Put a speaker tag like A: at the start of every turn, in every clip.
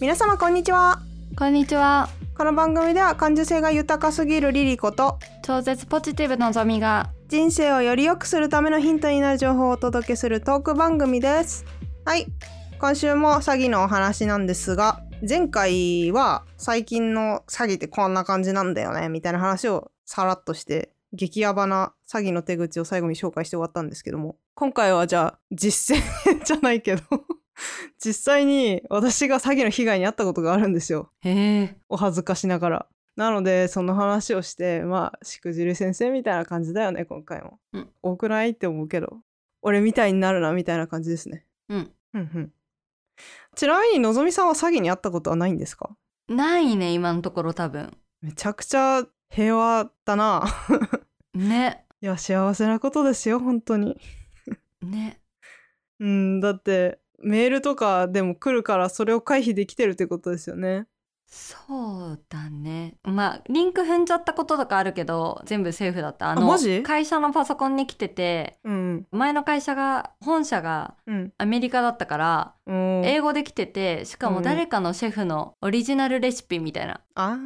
A: 皆様こんにちは
B: こんにちは
A: この番組では感受性が豊かすぎるリリコと
B: 超絶ポジティブのぞみが
A: 人生をより良くするためのヒントになる情報をお届けするトーク番組ですはい今週も詐欺のお話なんですが前回は最近の詐欺ってこんな感じなんだよねみたいな話をさらっとして激ヤバな詐欺の手口を最後に紹介して終わったんですけども今回はじゃあ実践じゃないけど実際に私が詐欺の被害に遭ったことがあるんですよ
B: へえ
A: お恥ずかしながら。なのでその話をしてまあしくじり先生みたいな感じだよね今回も、
B: うん
A: 多くないって思うけど俺みたいになるなみたいな感じですね。
B: うん
A: うんうん、ちなみにのぞみさんは詐欺に遭ったことはないんですか
B: ないね今のところ多分
A: めちゃくちゃ平和だな。
B: ね
A: いや幸せなことですよ本当に。
B: ね
A: うんだってメールとかでも来るからそれを回避できてるってことですよね。
B: そうだねまあリンク踏んじゃったこととかあるけど全部セーフだったあの
A: マジ
B: 会社のパソコンに来てて
A: うん
B: 前の会社が本社が
A: うん。
B: アメリカだったから
A: うん、
B: 英語できててしか
A: う
B: も
A: ん
B: 誰かのシェフのオリジナルレシピみたいな
A: あ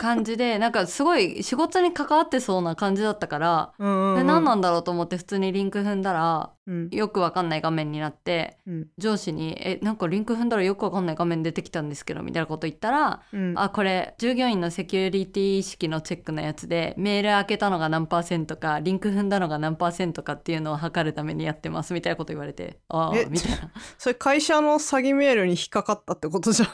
B: 感じで なんかすごい仕事に関わってそうな感じだったから、
A: あ。うんうんう
B: で
A: ん
B: 何なんだろうと思って普通にリンク踏んだら
A: うん
B: よくわかんない画面になって
A: うん
B: 上司に「えなんかリンク踏んだらよくわかんない画面出てきたんですけど」みたいなこと言ったら
A: う
B: 「
A: ん、
B: あこれ従業員のセキュリティ意識のチェックのやつでメール開けたのが何パーセントかリンク踏んだのが何パーセントかっていうのを測るためにやってます」みたいなこと言われて「ああ」
A: え
B: みたいな
A: それ会社の詐欺メールに引っかかったってことじゃん。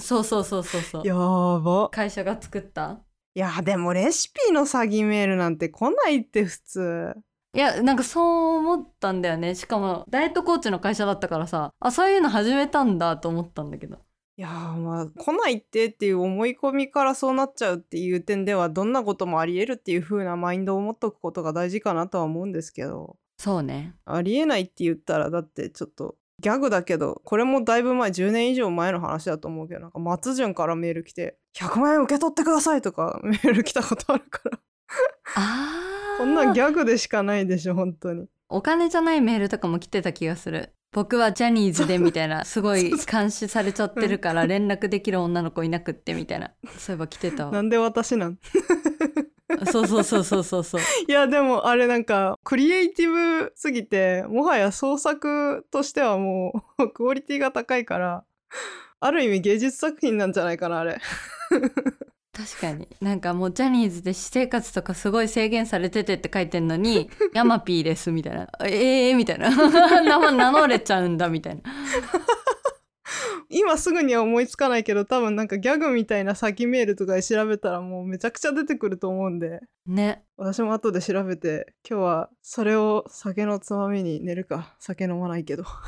B: そうそうそうそうそ う
A: やーば。
B: 会社が作った
A: いやでもレシピの詐欺メールなんて来ないって普通。
B: いやなんかそう思ったんだよねしかもダイエットコーチの会社だったからさあそういうの始めたんだと思ったんだけど
A: いやーまあ来ないってっていう思い込みからそうなっちゃうっていう点ではどんなこともありえるっていう風なマインドを持っとくことが大事かなとは思うんですけど
B: そうね
A: ありえないって言ったらだってちょっとギャグだけどこれもだいぶ前10年以上前の話だと思うけどなんか松潤からメール来て「100万円受け取ってください」とかメール来たことあるから
B: あー
A: こんなんギャグでしかないでしょ本当に。
B: お金じゃないメールとかも来てた気がする僕はジャニーズでみたいなすごい監視されちゃってるから連絡できる女の子いなくってみたいなそういえば来てた
A: な
B: わ
A: んで私なん
B: そうそうそうそうそうそう
A: いやでもあれなんかクリエイティブすぎてもはや創作としてはもう クオリティが高いからある意味芸術作品なんじゃないかなあれ
B: 確かになんかもうジャニーズで私生活とかすごい制限されててって書いてん のに「ヤマピーです」みたいな「ええー」みたいな 名前名乗れちゃうんだみたいな
A: 今すぐには思いつかないけど多分なんかギャグみたいな詐欺メールとかで調べたらもうめちゃくちゃ出てくると思うんで
B: ね
A: 私も後で調べて今日はそれを酒のつまみに寝るか酒飲まない けどは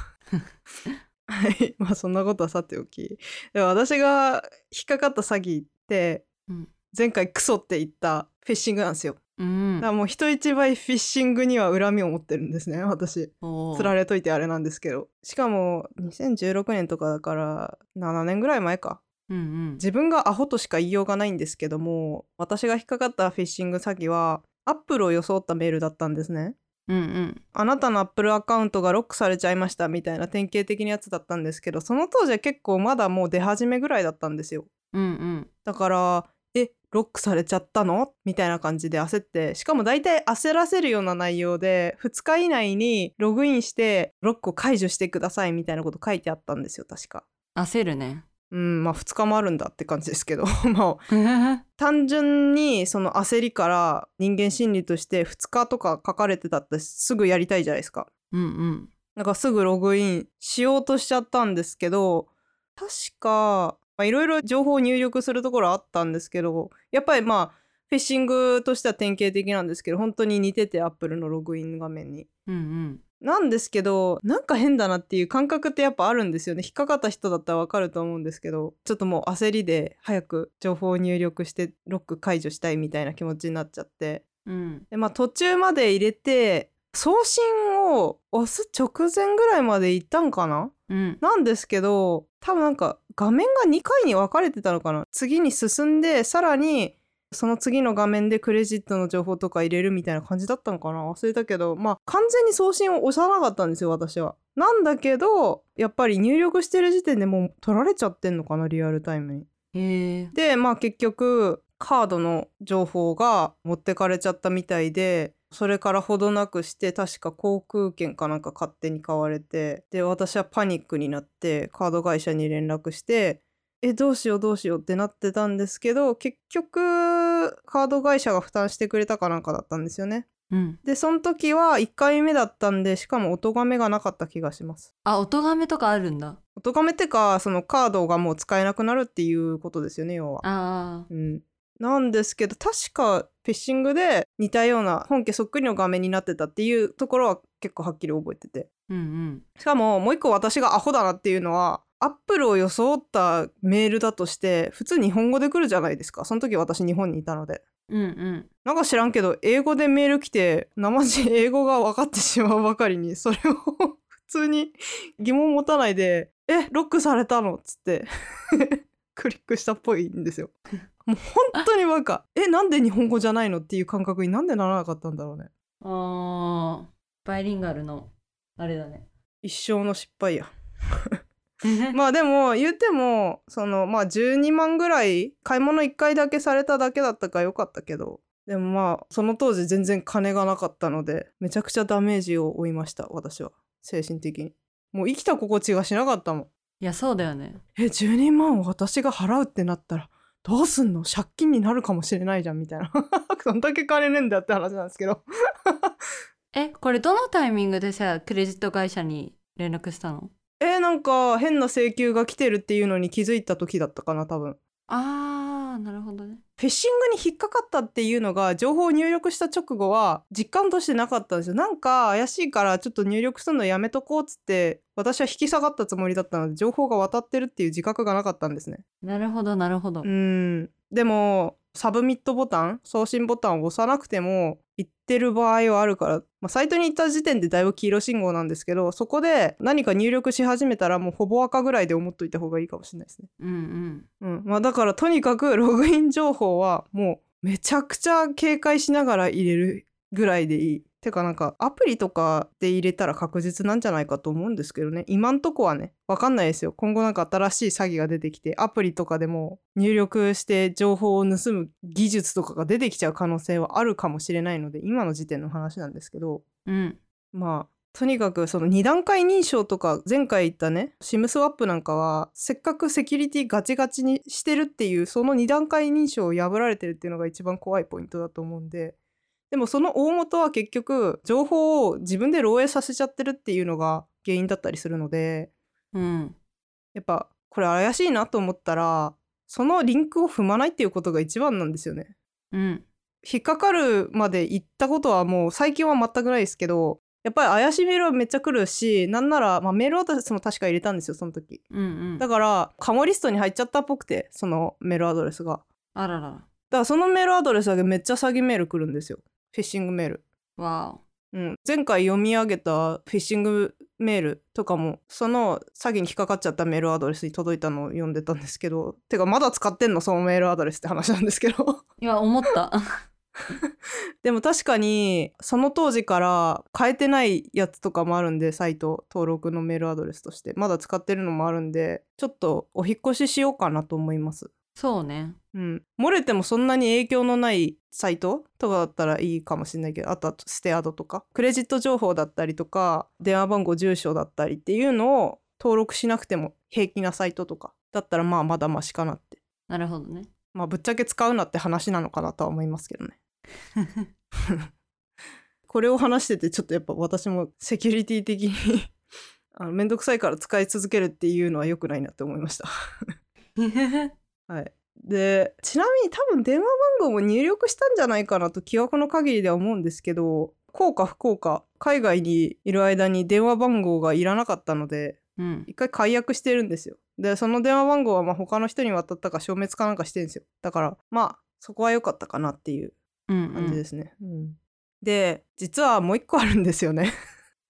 A: い まあそんなことはさておきでも私が引っかかった詐欺って、
B: うん
A: 前回クソって言ったフィッシングなんですよ
B: うん
A: だからもう人一倍フィッシングには恨みを持ってるんですね私
B: おー
A: つられといてあれなんですけどしかも2016年とかだから7年ぐらい前か
B: うんうん
A: 自分がアホとしか言いようがないんですけども私が引っかかったフィッシング詐欺はアップルを装ったメールだったんですね
B: うんうん
A: あなたのアップルアカウントがロックされちゃいましたみたいな典型的なやつだったんですけどその当時は結構まだもう出始めぐらいだったんですよ
B: うんうん
A: だからえロックされちゃったのみたいな感じで焦ってしかも大体焦らせるような内容で2日以内にログインしてロックを解除してくださいみたいなこと書いてあったんですよ確か
B: 焦るね
A: うんまあ2日もあるんだって感じですけど まあ単純にその焦りから人間心理として2日とか書かれてたってすぐやりたいじゃないですか。
B: うんうん
A: なんかすぐログインしようとしちゃったんですけど確かまあいろいろ情報を入力するところあったんですけどやっぱりまあフィッシングとしては典型的なんですけど本当に似ててアップルのログイン画面に。
B: うんうん
A: なんですけどなんか変だなっていう感覚ってやっぱあるんですよね引っかかった人だったらわかると思うんですけどちょっともう焦りで早く情報を入力してロック解除したいみたいな気持ちになっちゃって
B: うん
A: でまあ途中まで入れて送信を押す直前ぐらいまで行ったんかな
B: うん
A: なんですけど多分なんか画面が2回に分かれてたのかな次に進んでさらにその次の画面でクレジットの情報とか入れるみたいな感じだったのかな忘れたけどまあ完全に送信を押さなかったんですよ私は。なんだけどやっぱり入力してる時点でもう取られちゃってんのかなリアルタイムに。
B: へえ
A: でまあ結局カードの情報が持ってかれちゃったみたいでそれからほどなくして確か航空券かなんか勝手に買われてで私はパニックになってカード会社に連絡してえどうしようどうしようってなってたんですけど結局カード会社が負担してくれたかなんかだったんですよね。
B: うん
A: でその時は1回目だったんでしかも音がめがなかった気がします。
B: あ音がめとかあるんだ
A: 音がめってかそのカードがもう使えなくなるっていうことですよね要は。
B: あー
A: うん、なんですけど確かフィッシングで似たような本家そっくりの画面になってたっていうところは結構はっきり覚えてて
B: うんうん
A: しかももう一個私がアホだなっていうのはアップルを装ったメールだとして普通日本語で来るじゃないですかその時私日本にいたので
B: うんうん
A: なんか知らんけど英語でメール来て生地英語が分かってしまうばかりにそれを 普通に疑問持たないで「えロックされたの?」っつって クリックしたっぽいんですよ。もう本当にバカえなんで日本語じゃないのっていう感覚になんでならなかったんだろうね。
B: あーバイリンガルのあれだね
A: 一生の失敗や。まあでも言ってもそのまあ12万ぐらい買い物1回だけされただけだったから良かったけどでもまあその当時全然金がなかったのでめちゃくちゃダメージを負いました私は精神的にもう生きた心地がしなかったもん
B: いやそうだよね
A: え12万を私が払うってなったらどうすんの借金になるかもしれないじゃんみたいな そんだけ金ねえんだよって話なんですけど
B: えこれどのタイミングでさクレジット会社に連絡したの
A: えーなんか変な請求が来てるっていうのに気づいた時だったかな多分
B: あーなるほどね
A: フィッシングに引っかかったっていうのが情報を入力した直後は実感としてなかったんですよなんか怪しいからちょっと入力するのやめとこうっつって私は引き下がったつもりだったので情報が渡ってるっていう自覚がなかったんですね
B: なるほどなるほど
A: うんでもサブミットボタン送信ボタンを押さなくても行ってる場合はあるから、まあ、サイトに行った時点でだいぶ黄色信号なんですけどそこで何か入力し始めたらもうほぼ赤ぐらいで思っといた方がいいかもしれないですね
B: うんうん
A: うん、まあだからとにかく ログイン情報はもうめちゃくちゃ警戒しながら入れるぐらいでいい。てかなんかアプリとかで入れたら確実なんじゃないかと思うんですけどね今んとこはね分かんないですよ今後なんか新しい詐欺が出てきてアプリとかでも入力して情報を盗む技術とかが出てきちゃう可能性はあるかもしれないので今の時点の話なんですけど
B: うん
A: まあとにかくその2段階認証とか前回言ったね SIM スワップなんかはせっかくセキュリティガチガチにしてるっていうその2段階認証を破られてるっていうのが一番怖いポイントだと思うんででもその大元は結局情報を自分で漏洩させちゃってるっていうのが原因だったりするので
B: うん
A: やっぱこれ怪しいなと思ったらそのリンクを踏まないっていうことが一番なんですよね。
B: うん
A: 引っかかるまで行ったことはもう最近は全くないですけどやっぱり怪しいメールはめっちゃ来るしなんなら、まあ、メールアドレスも確か入れたんですよその時
B: うんうん
A: だからカモリストに入っちゃったっぽくてそのメールアドレスが
B: あら
A: だ
B: ら
A: からそのメールアドレスだけめっちゃ詐欺メール来るんですよフィッシングメール
B: らわ
A: うん、前回読み上げたフィッシングメールとかもその詐欺に引っかかっちゃったメールアドレスに届いたのを読んでたんですけどてかまだ使ってんのそのメールアドレスって話なんですけど
B: おいや思った
A: でも確かにその当時から変えてないやつとかもあるんでサイト登録のメールアドレスとしてまだ使ってるのもあるんでちょっとお引っ越ししようかなと思います。
B: そうね
A: うん、漏れてもそんなに影響のないサイトとかだったらいいかもしれないけどあとはステアドとかクレジット情報だったりとか電話番号住所だったりっていうのを登録しなくても平気なサイトとかだったらまあまだマシかなって
B: なるほど ね
A: まあぶっちゃけ使うなって話なのかなとは思いますけどね。これを話しててちょっとやっぱ私もセキュリティ的に あのめんどくさいから使い続けるっていうのは良くないなって思いました。 はい、でちなみに多分電話番号も入力したんじゃないかなと記憶の限りでは思うんですけど幸か不幸か海外にいる間に電話番号がいらなかったので
B: うん
A: 一回解約してるんですよでその電話番号はまあ他の人に渡ったか消滅かなんかしてるんですよだからまあそこは良かったかなっていう
B: うんう
A: 感じで
B: ん
A: すね、うんで実はもう一個あるんですよね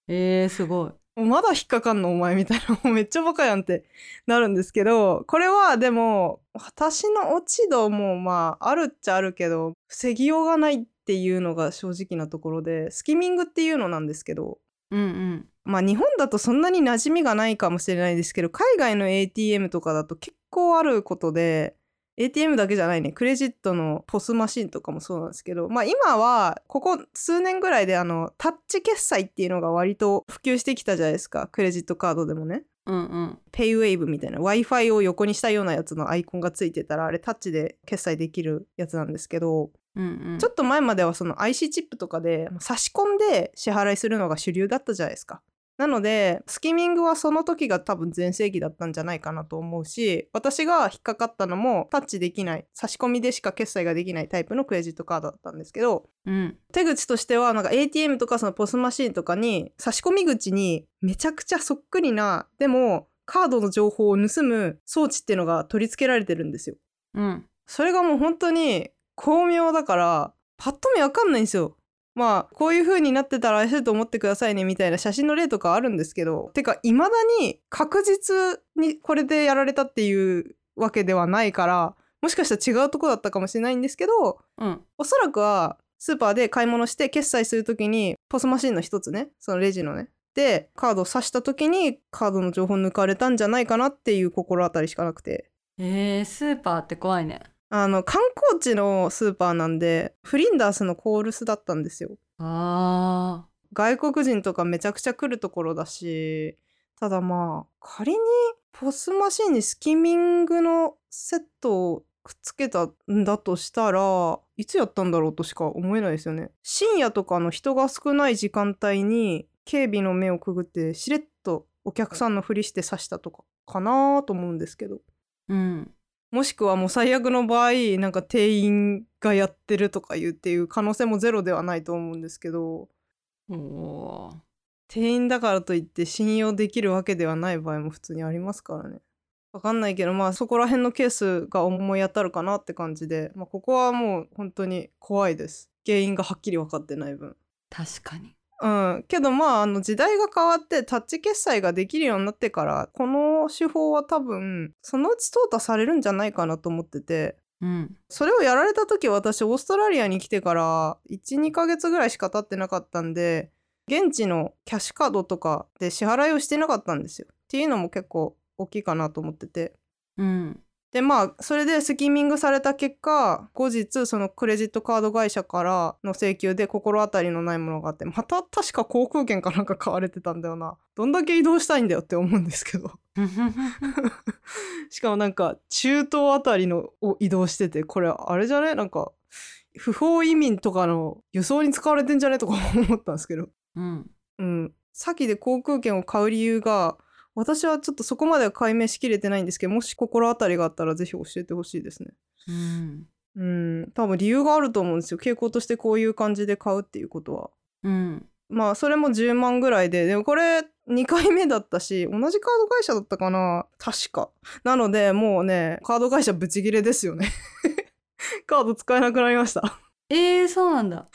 B: えー、すごい
A: もうまだ引っかかんのお前みたいなもうめっちゃバカやんってなるんですけどこれはでも私の落ち度もまああるっちゃあるけど防ぎようがないっていうのが正直なところでスキミングっていうのなんですけど
B: うん
A: まあ日本だとそんなに馴染みがないかもしれないですけど海外の ATM とかだと結構あることで ATM だけじゃないねクレジットのポスマシンとかもそうなんですけどまあ今はここ数年ぐらいであのタッチ決済っていうのが割と普及してきたじゃないですかクレジットカードでもね。
B: うんうん
A: ペイウェイブみたいな w i f i を横にしたようなやつのアイコンがついてたらあれタッチで決済できるやつなんですけど
B: うんうん
A: ちょっと前まではその IC チップとかで差し込んで支払いするのが主流だったじゃないですか。なのでスキミングはその時が多分全盛期だったんじゃないかなと思うし私が引っかかったのもタッチできない差し込みでしか決済ができないタイプのクレジットカードだったんですけど
B: うん
A: 手口としてはなんか ATM とかそのポスマシーンとかに差し込み口にめちゃくちゃそっくりなでもカードの情報を盗む装置っていうのが取り付けられてるんですよ。
B: うん
A: それがもう本当に巧妙だからパッと見わかんないんですよ。まあこういう風になってたらそうと思ってくださいねみたいな写真の例とかあるんですけどてか未だに確実にこれでやられたっていうわけではないからもしかしたら違うとこだったかもしれないんですけど
B: うん
A: おそらくはスーパーで買い物して決済するときにポスマシンの一つねそのレジのねでカードを挿したときにカードの情報抜かれたんじゃないかなっていう心当たりしかなくて
B: えー、スーパーって怖いね
A: あの観光地のスーパーなんでフリンダースのコールスだったんですよ
B: あ
A: 外国人とかめちゃくちゃ来るところだしただまあ仮にポスマシンにスキミングのセットをくっつけたんだとしたらいつやったんだろうとしか思えないですよね深夜とかの人が少ない時間帯に警備の目をくぐってしれっとお客さんのふりして刺したとかかなと思うんですけど
B: ーうん
A: もしくはもう最悪の場合なんか店員がやってるとかいうっていう可能性もゼロではないと思うんですけど
B: おおー
A: 店員だからといって信用できるわけではない場合も普通にありますからね。わかんないけどまあそこら辺のケースが思い当たるかなって感じで、まあ、ここはもう本当に怖いです原因がはっきり分かってない分。
B: 確かに
A: うん、けどまああの時代が変わってタッチ決済ができるようになってからこの手法は多分そのうち淘汰されるんじゃないかなと思ってて
B: うん
A: それをやられた時私オーストラリアに来てから12ヶ月ぐらいしか経ってなかったんで現地のキャッシュカードとかで支払いをしてなかったんですよ。っていうのも結構大きいかなと思ってて。
B: うん
A: でまあそれでスキミングされた結果後日そのクレジットカード会社からの請求で心当たりのないものがあってまた確か航空券かなんか買われてたんだよなどんだけ移動したいんだよって思うんですけどしかもなんか中東あたりのを移動しててこれあれじゃねなんか不法移民とかの輸送に使われてんじゃねとか思ったんですけど
B: うん
A: うん先で航空券を買う理由が私はちょっとそこまでは解明しきれてないんですけどもし心当たりがあったらぜひ教えてほしいですね
B: うん
A: うん、多分理由があると思うんですよ傾向としてこういう感じで買うっていうことは
B: うん
A: まあそれも10万ぐらいででもこれ2回目だったし同じカード会社だったかな確かなのでもうねカード会社ブチギレですよね カード使えなくなりました
B: えー、そうなんだ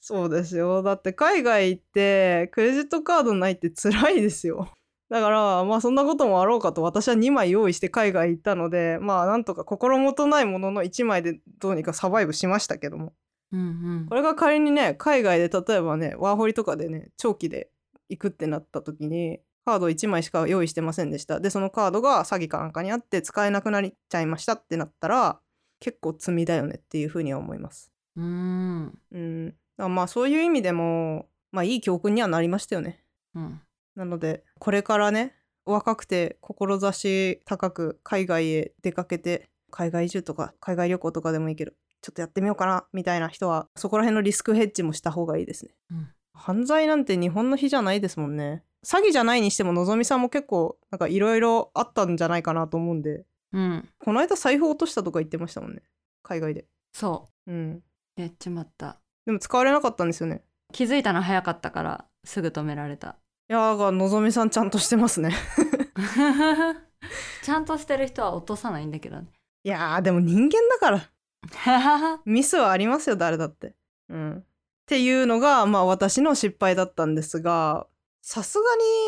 A: そうですよだって海外行ってクレジットカードないって辛いですよだからまあそんなこともあろうかと私は2枚用意して海外行ったのでまあなんとか心もとないものの1枚でどうにかサバイブしましたけども
B: うん
A: これが仮にね海外で例えばねワーホリとかでね長期で行くってなった時にカード1枚しか用意してませんでしたでそのカードが詐欺かなんかにあって使えなくなっちゃいましたってなったら結構罪だよねっていうふうには思います
B: うん
A: う
B: うん
A: んだからまあそういう意味でもまあいい教訓にはなりましたよね
B: うん
A: なのでこれからね若くて志高く海外へ出かけて海外移住とか海外旅行とかでもいいけどちょっとやってみようかなみたいな人はそこら辺のリスクヘッジもした方がいいですね。
B: うん
A: 犯罪なんて日本の日じゃないですもんね。詐欺じゃないにしてものぞみさんも結構なんかいろいろあったんじゃないかなと思うんで
B: うん
A: この間財布落としたとか言ってましたもんね海外で。
B: そ
A: うん。
B: うやっちまった
A: でも使われなかったんですよね。
B: 気づいたの早かったからすぐ止められた
A: いやーがのぞみさんちゃんとしてますね。
B: ちゃんとしてる人は落とさないんだけどね
A: いやーでも人間だからミスはありますよ誰だって。うん、っていうのがまあ私の失敗だったんですがさすが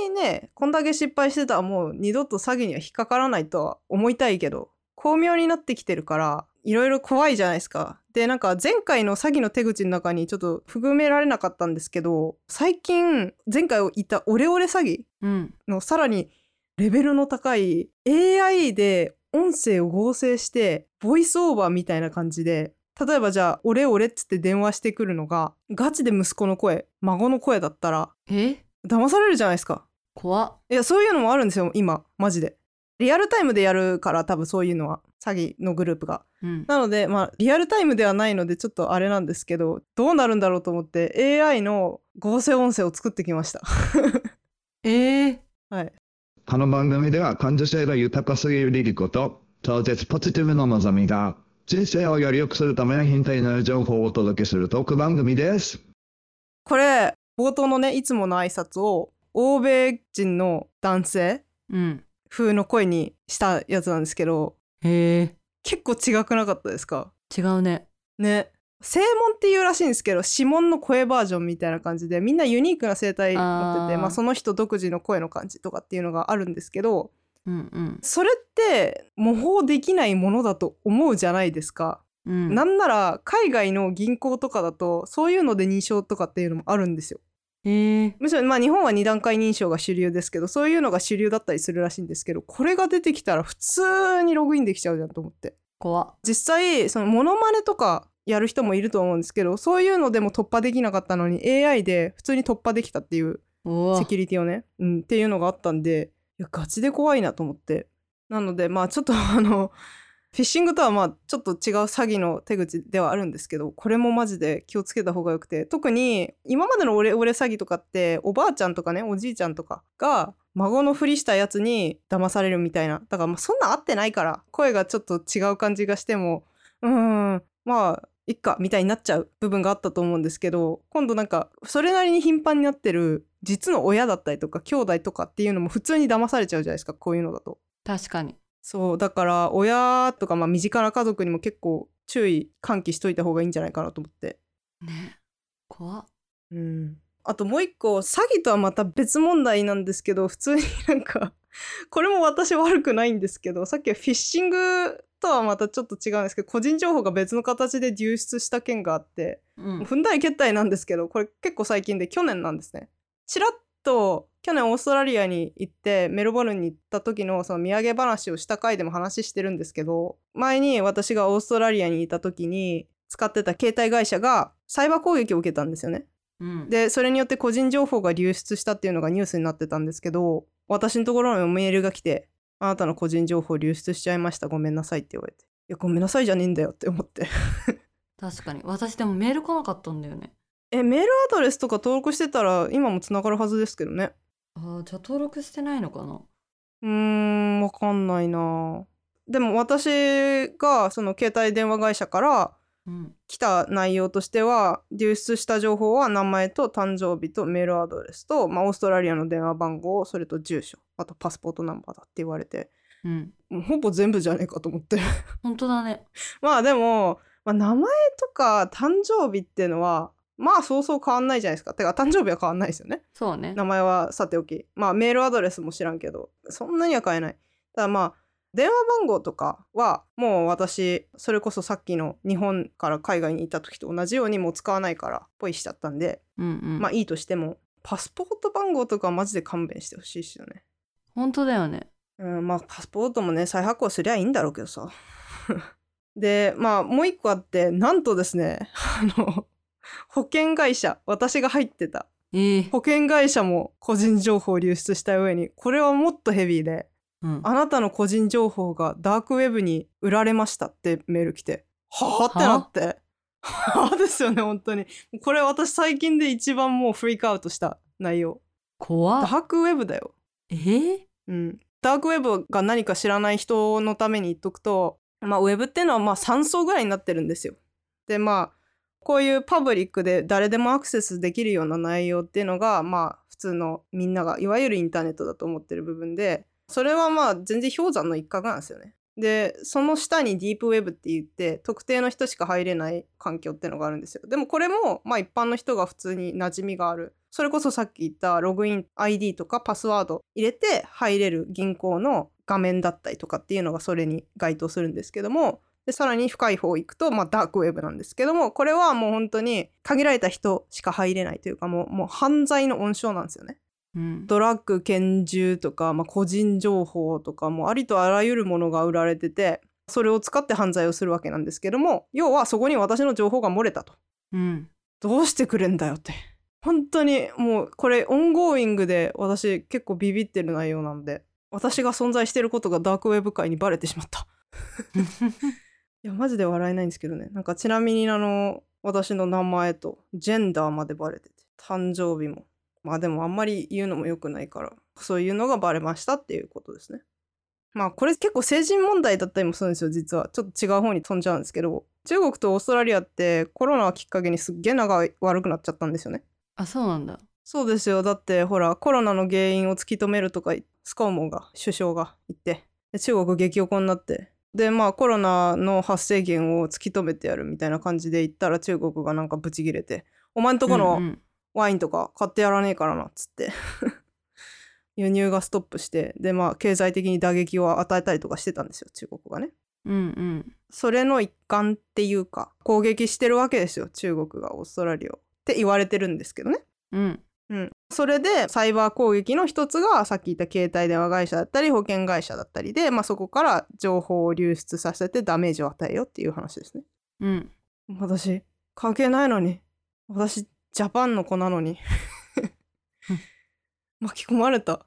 A: にねこんだけ失敗してたらもう二度と詐欺には引っかからないとは思いたいけど巧妙になってきてるからいろいろ怖いじゃないですか。でなんか前回の詐欺の手口の中にちょっと含められなかったんですけど最近前回言ったオレオレ詐欺
B: うん
A: のさらにレベルの高い AI で音声を合成してボイスオーバーみたいな感じで例えばじゃあ「俺俺」っつって電話してくるのがガチで息子の声孫の声だったら
B: え
A: 騙されるじゃないですか。
B: 怖っ
A: いやそういうのもあるんですよ今マジで。リアルタイムでやるから多分そういうのは詐欺のグループが。
B: うん
A: なのでまあリアルタイムではないのでちょっとあれなんですけどどうなるんだろうと思って AI の合成音声を作ってきました。
B: えー、
A: はい、
C: この番組では感受性が豊かすぎるリリコと超絶ポジティブの望みが人生をより良くするためのヒントになる情報をお届けするトーク番組です。
A: これ冒頭のねいつもの挨拶を欧米人の男性
B: うん
A: 風の声にしたやつなんですけど
B: え
A: 結構違くなかったですか
B: ー、違うね
A: ね正門っていうらしいんですけど指紋の声バージョンみたいな感じでみんなユニークな声帯持ってて
B: あー
A: まあ、その人独自の声の感じとかっていうのがあるんですけど
B: うんうん
A: それって模倣できないものだと思うじゃないですか。
B: うん
A: なんなら海外の銀行とかだとそういうので認証とかっていうのもあるんですよ。
B: えー、
A: むしろまあ日本は2段階認証が主流ですけどそういうのが主流だったりするらしいんですけどこれが出てきたら普通にログインできちゃうじゃんと思って
B: 怖っ
A: 実際そのモノマネとかやる人もいると思うんですけどそういうのでも突破できなかったのに AI で普通に突破できたっていう
B: お
A: セ
B: ー
A: キュリティをね、うん、っていうのがあったんでいやガチで怖いなと思ってなのでまあちょっとあのフィッシングとはまあちょっと違う詐欺の手口ではあるんですけどこれもマジで気をつけた方がよくて特に今までのオレオレ詐欺とかっておばあちゃんとかねおじいちゃんとかが孫のふりしたやつに騙されるみたいなだからまあそんな合ってないから声がちょっと違う感じがしてもうーんまあいっかみたいになっちゃう部分があったと思うんですけど今度なんかそれなりに頻繁になってる実の親だったりとか兄弟とかっていうのも普通に騙されちゃうじゃないですかこういうのだと。
B: 確かに
A: そうだから親とか、まあ、身近な家族にも結構注意喚起しといた方がいいんじゃないかなと思って。
B: ね怖っ
A: うん、あともう一個詐欺とはまた別問題なんですけど普通になんかこれも私悪くないんですけどさっきはフィッシングとはまたちょっと違うんですけど個人情報が別の形で流出した件があって。
B: うん
A: 踏んだり蹴ったりなんですけどこれ結構最近で去年なんですねちらっと去年オーストラリアに行ってメルボルンに行った時のその土産話をした回でも話してるんですけど前に私がオーストラリアにいた時に使ってた携帯会社がサイバー攻撃を受けたんですよね
B: うん
A: でそれによって個人情報が流出したっていうのがニュースになってたんですけど私のところにもメールが来て「あなたの個人情報流出しちゃいましたごめんなさい」って言われて「いやごめんなさいじゃねえんだよ」って思って
B: 確かに私でもメール来なかったんだよね
A: えメールアドレスとか登録してたら今もつながるはずですけどね
B: あーじゃあ登録してないのかな
A: うーんわかんないなでも私がその携帯電話会社から
B: うん
A: 来た内容としては流出した情報は名前と誕生日とメールアドレスと、まあ、オーストラリアの電話番号それと住所あとパスポートナンバーだって言われて
B: うん
A: もうほぼ全部じゃねえかと思って
B: 本当だね
A: まあでも、まあ、名前とか誕生日っていうのはまあそうそう変わんないじゃないですかてか誕生日は変わんないですよね
B: そうね
A: 名前はさておきまあメールアドレスも知らんけどそんなには変えないただまあ電話番号とかはもう私それこそさっきの日本から海外に行った時と同じようにもう使わないからポイしちゃったんで、
B: うんうん
A: まあいいとしてもパスポート番号とかはマジで勘弁してほしいですよね
B: 本当だよね
A: うんまあパスポートもね再発行すりゃいいんだろうけどさ でまあもう一個あってなんとですねあの保険会社私が入ってた
B: ええ
A: 保険会社も個人情報を流出した上にこれはもっとヘビーで
B: うん
A: あなたの個人情報がダークウェブに売られましたってメール来てはあってなってはあですよね本当にこれ私最近で一番もうフリークアウトした内容
B: 怖
A: ダー
B: っ
A: クウェブだよ
B: えー、
A: うんダークウェブが何か知らない人のために言っとくとまあウェブってのはまあ3層ぐらいになってるんですよでまあこういうパブリックで誰でもアクセスできるような内容っていうのがまあ普通のみんながいわゆるインターネットだと思ってる部分でそれはまあ全然氷山の一角なんですよね。でその下にディープウェブって言って特定の人しか入れない環境ってのがあるんですよ。でもこれもまあ一般の人が普通に馴染みがある。それこそさっき言ったログイン ID とかパスワード入れて入れる銀行の画面だったりとかっていうのがそれに該当するんですけどもでさらに深い方行くと、まあ、ダークウェブなんですけどもこれはもう本当に限られた人しか入れないというかもうもう犯罪の温床なんですよね。
B: うん
A: ドラッグ拳銃とか、まあ、個人情報とかもうありとあらゆるものが売られててそれを使って犯罪をするわけなんですけども要はそこに私の情報が漏れたと。
B: うん
A: どうしてくれんだよって。本当にもうこれオンゴーイングで私結構ビビってる内容なんで私が存在してることがダークウェブ界にバレてしまった。いやマジで笑えないんですけどねなんかちなみにあの私の名前とジェンダーまでバレてて誕生日もまあでもあんまり言うのも良くないからそういうのがバレましたっていうことですねまあこれ結構成人問題だったりもするんですよ実はちょっと違う方に飛んじゃうんですけど中国とオーストラリアってコロナをきっかけにすっげえ仲が悪くなっちゃったんですよね
B: あそうなんだ
A: そうですよだってほらコロナの原因を突き止めるとかスカウモが首相が言ってで中国激おこになってでまあコロナの発生源を突き止めてやるみたいな感じで言ったら中国がなんかブチギレて「お前んとこ
B: うんう
A: の
B: ん
A: ワインとか買ってやらねえからな」っつって 輸入がストップしてでまあ経済的に打撃を与えたりとかしてたんですよ中国がね。
B: うんうん
A: それの一環っていうか攻撃してるわけですよ中国がオーストラリアをって言われてるんですけどね。
B: うん
A: うん、それでサイバー攻撃の一つがさっき言った携帯電話会社だったり保険会社だったりで、まあ、そこから情報を流出させてダメージを与えようっていう話ですね。
B: うん
A: 私関係ないのに私ジャパンの子なのに 巻き込まれた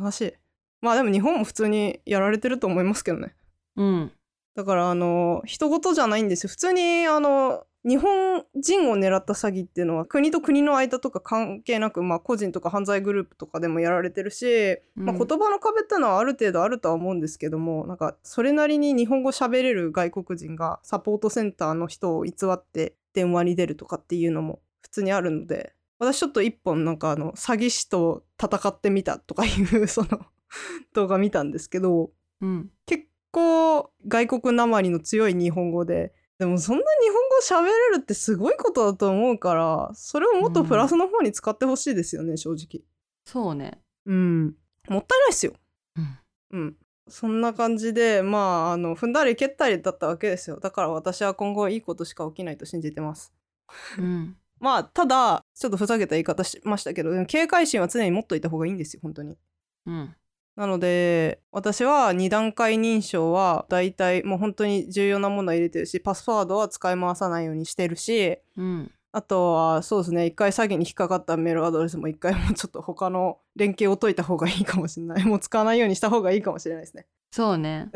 A: 悲しいまあでも日本も普通にやられてると思いますけどね
B: うん
A: だからあの人事じゃないんですよ普通にあの日本人を狙った詐欺っていうのは国と国の間とか関係なく、まあ、個人とか犯罪グループとかでもやられてるし、まあ、
B: うん
A: 言葉の壁ってのはある程度あるとは思うんですけどもなんかそれなりに日本語喋れる外国人がサポートセンターの人を偽って電話に出るとかっていうのも普通にあるので私ちょっと一本なんかあの詐欺師と戦ってみたとかいうその動画見たんですけど、
B: うん
A: 結構外国なまりの強い日本語ででもそんな日本語喋れるってすごいことだと思うからそれをもっとプラスの方に使ってほしいですよね、正直
B: そうね
A: うんもったいないっすよ
B: うん
A: うんそんな感じでまああの踏んだり蹴ったりだったわけですよだから私は今後いいことしか起きないと信じてます
B: うん
A: まあただちょっとふざけた言い方しましたけどでも警戒心は常に持っといた方がいいんですよ本当に
B: うん
A: なので私は2段階認証は大体もう本当に重要なものは入れてるしパスワードは使い回さないようにしてるし
B: うん
A: あとはそうですね一回詐欺に引っかかったメールアドレスも一回もうちょっと他の連携を解いた方がいいかもしれないも う使わないようにした方がいいかもしれないですね。
B: そうね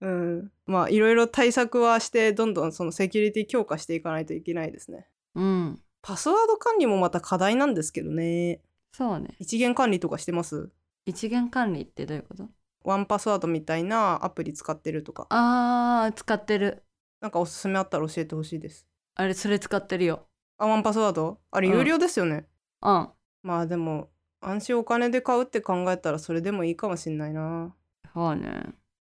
A: うん、まあいろいろ対策はしてどんどんそのセキュリティ強化していかないといけないですね。
B: うん
A: パスワード管理もまた課題なんですけどね
B: そうね
A: 一元管理とかしてます
B: 一元管理ってどういうこと
A: ワンパスワードみたいなアプリ使ってるとか
B: あー使ってる
A: なんかおすすめあったら教えてほしいです。
B: あれそれ使ってるよ
A: あ、ワンパスワードあれ
B: うん
A: 有料ですよね。
B: うん
A: まあでも、安心お金で買うって考えたらそれでもいいかもしんないな。
B: そうね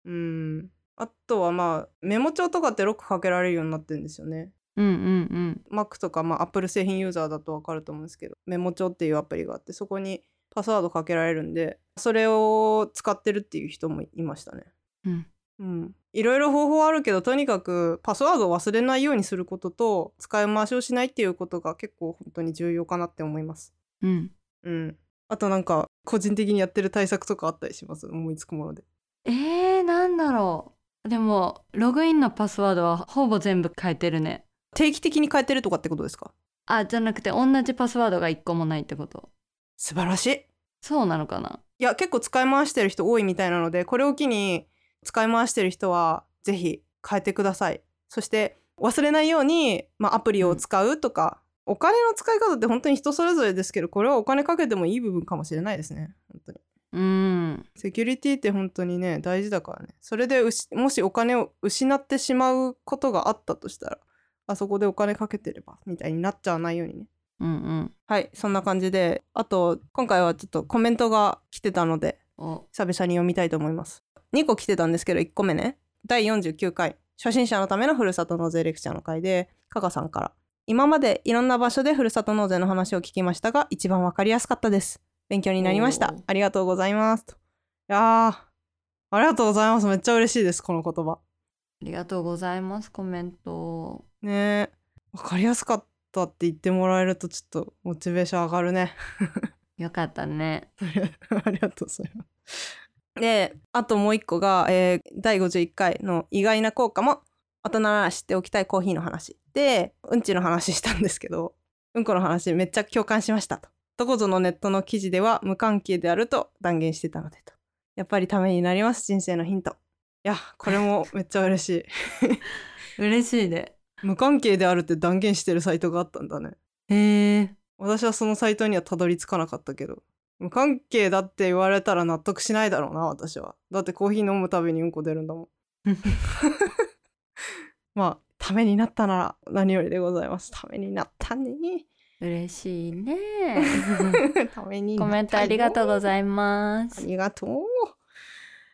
A: うん。あとはまあ、メモ帳とかってロックかけられるようになってるんですよね。
B: うんうん
A: Mac とか、まあ、Apple 製品ユーザーだとわかると思うんですけど、メモ帳っていうアプリがあって、そこにパスワードかけられるんで、それを使ってるっていう人もいましたね。
B: うん。
A: うん。いろいろ方法はあるけど、とにかくパスワードを忘れないようにすることと、使い回しをしないっていうことが結構本当に重要かなって思います。
B: うんうん
A: うん。あとなんか、個人的にやってる対策とかあったりします思いつくもので。
B: えー、なんだろうでもログインのパスワードはほぼ全部変えてるね
A: 定期的に変えてるとかってことですか
B: あじゃなくて同じパスワードが1個もないってこと
A: 素晴らしい。
B: そうなのかない
A: や、結構使い回してる人多いみたいなので、これを機に使い回してる人は、ぜひ変えてください。そして、忘れないように、まあ、アプリを使うとか、お金の使い方って本当に人それぞれですけど、これはお金かけてもいい部分かもしれないですね。本当に。
B: うーん
A: セキュリティって本当にね大事だからねそれでうしもしお金を失ってしまうことがあったとしたらあそこでお金かけてればみたいになっちゃわないようにね
B: うん
A: はいそんな感じであと今回はちょっとコメントが来てたので
B: うんお
A: 久々に読みたいと思います2個来てたんですけど1個目ね第49回初心者のためのふるさと納税レクチャーの回で加賀さんから今までいろんな場所でふるさと納税の話を聞きましたが一番わかりやすかったです勉強になりまし
B: お
A: た
B: ー
A: ありがとうございますといやーありがとうございますめっちゃ嬉しいですこの言葉
B: りがとうございますコメント
A: ねえ分かりやすかったって言ってもらえるとちょっとモチベーション上がるね
B: よかったね
A: ありがとうございますであともう一個が、えー第51回の意外な効果も大人なら知っておきたいコーヒーの話でうんちの話したんですけどうんこの話めっちゃ共感しましたとどこぞのネットの記事では無関係であると断言してたのでとやっぱりためになります人生のヒントいやこれもめっちゃ嬉しい
B: 嬉しいで
A: 無関係であるって断言してるサイトがあったんだね
B: へえ
A: 私はそのサイトにはたどり着かなかったけど無関係だって言われたら納得しないだろうな私はだってコーヒー飲むたびにうんこ出るんだも んまあためになったなら何よりでございますためになったね
B: 嬉しい ね
A: ためにな
B: コ
A: ったよ
B: メントありがとうございま
A: あ
B: す
A: りがとう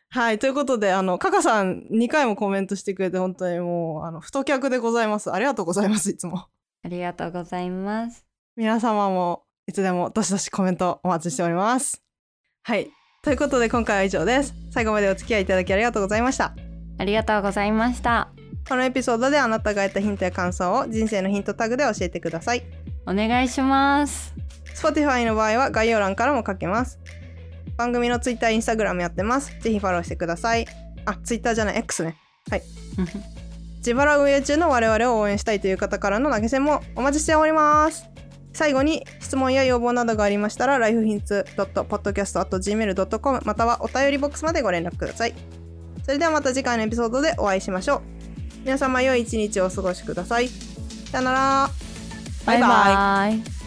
A: はいということであのカカさん2回もコメントしてくれて本当にもうあの太客でございますありがとうございますいつも
B: ありがとうございます
A: 皆様もいつでもどしどしコメントお待ちしております。はい。ということで今回は以上です。最後までお付き合いいただきありがとうございました。
B: ありがとうございました
A: このエピソードであなたが得たヒントや感想を人生のヒントタグで教えてください。
B: お願いします
A: Spotify の場合は概要欄からも書けます。番組の Twitter、Instagram やってます。ぜひフォローしてください。あ、Twitter じゃない、X ね。自腹運営中の我々を応援したいという方からの投げ銭もお待ちしております最後に質問や要望などがありましたら lifehints.podcast.gmail.com またはお便りボックスまでご連絡くださいそれではまた次回のエピソードでお会いしましょう皆様良い一日をお過ごしくださいさよなら
B: バイバイ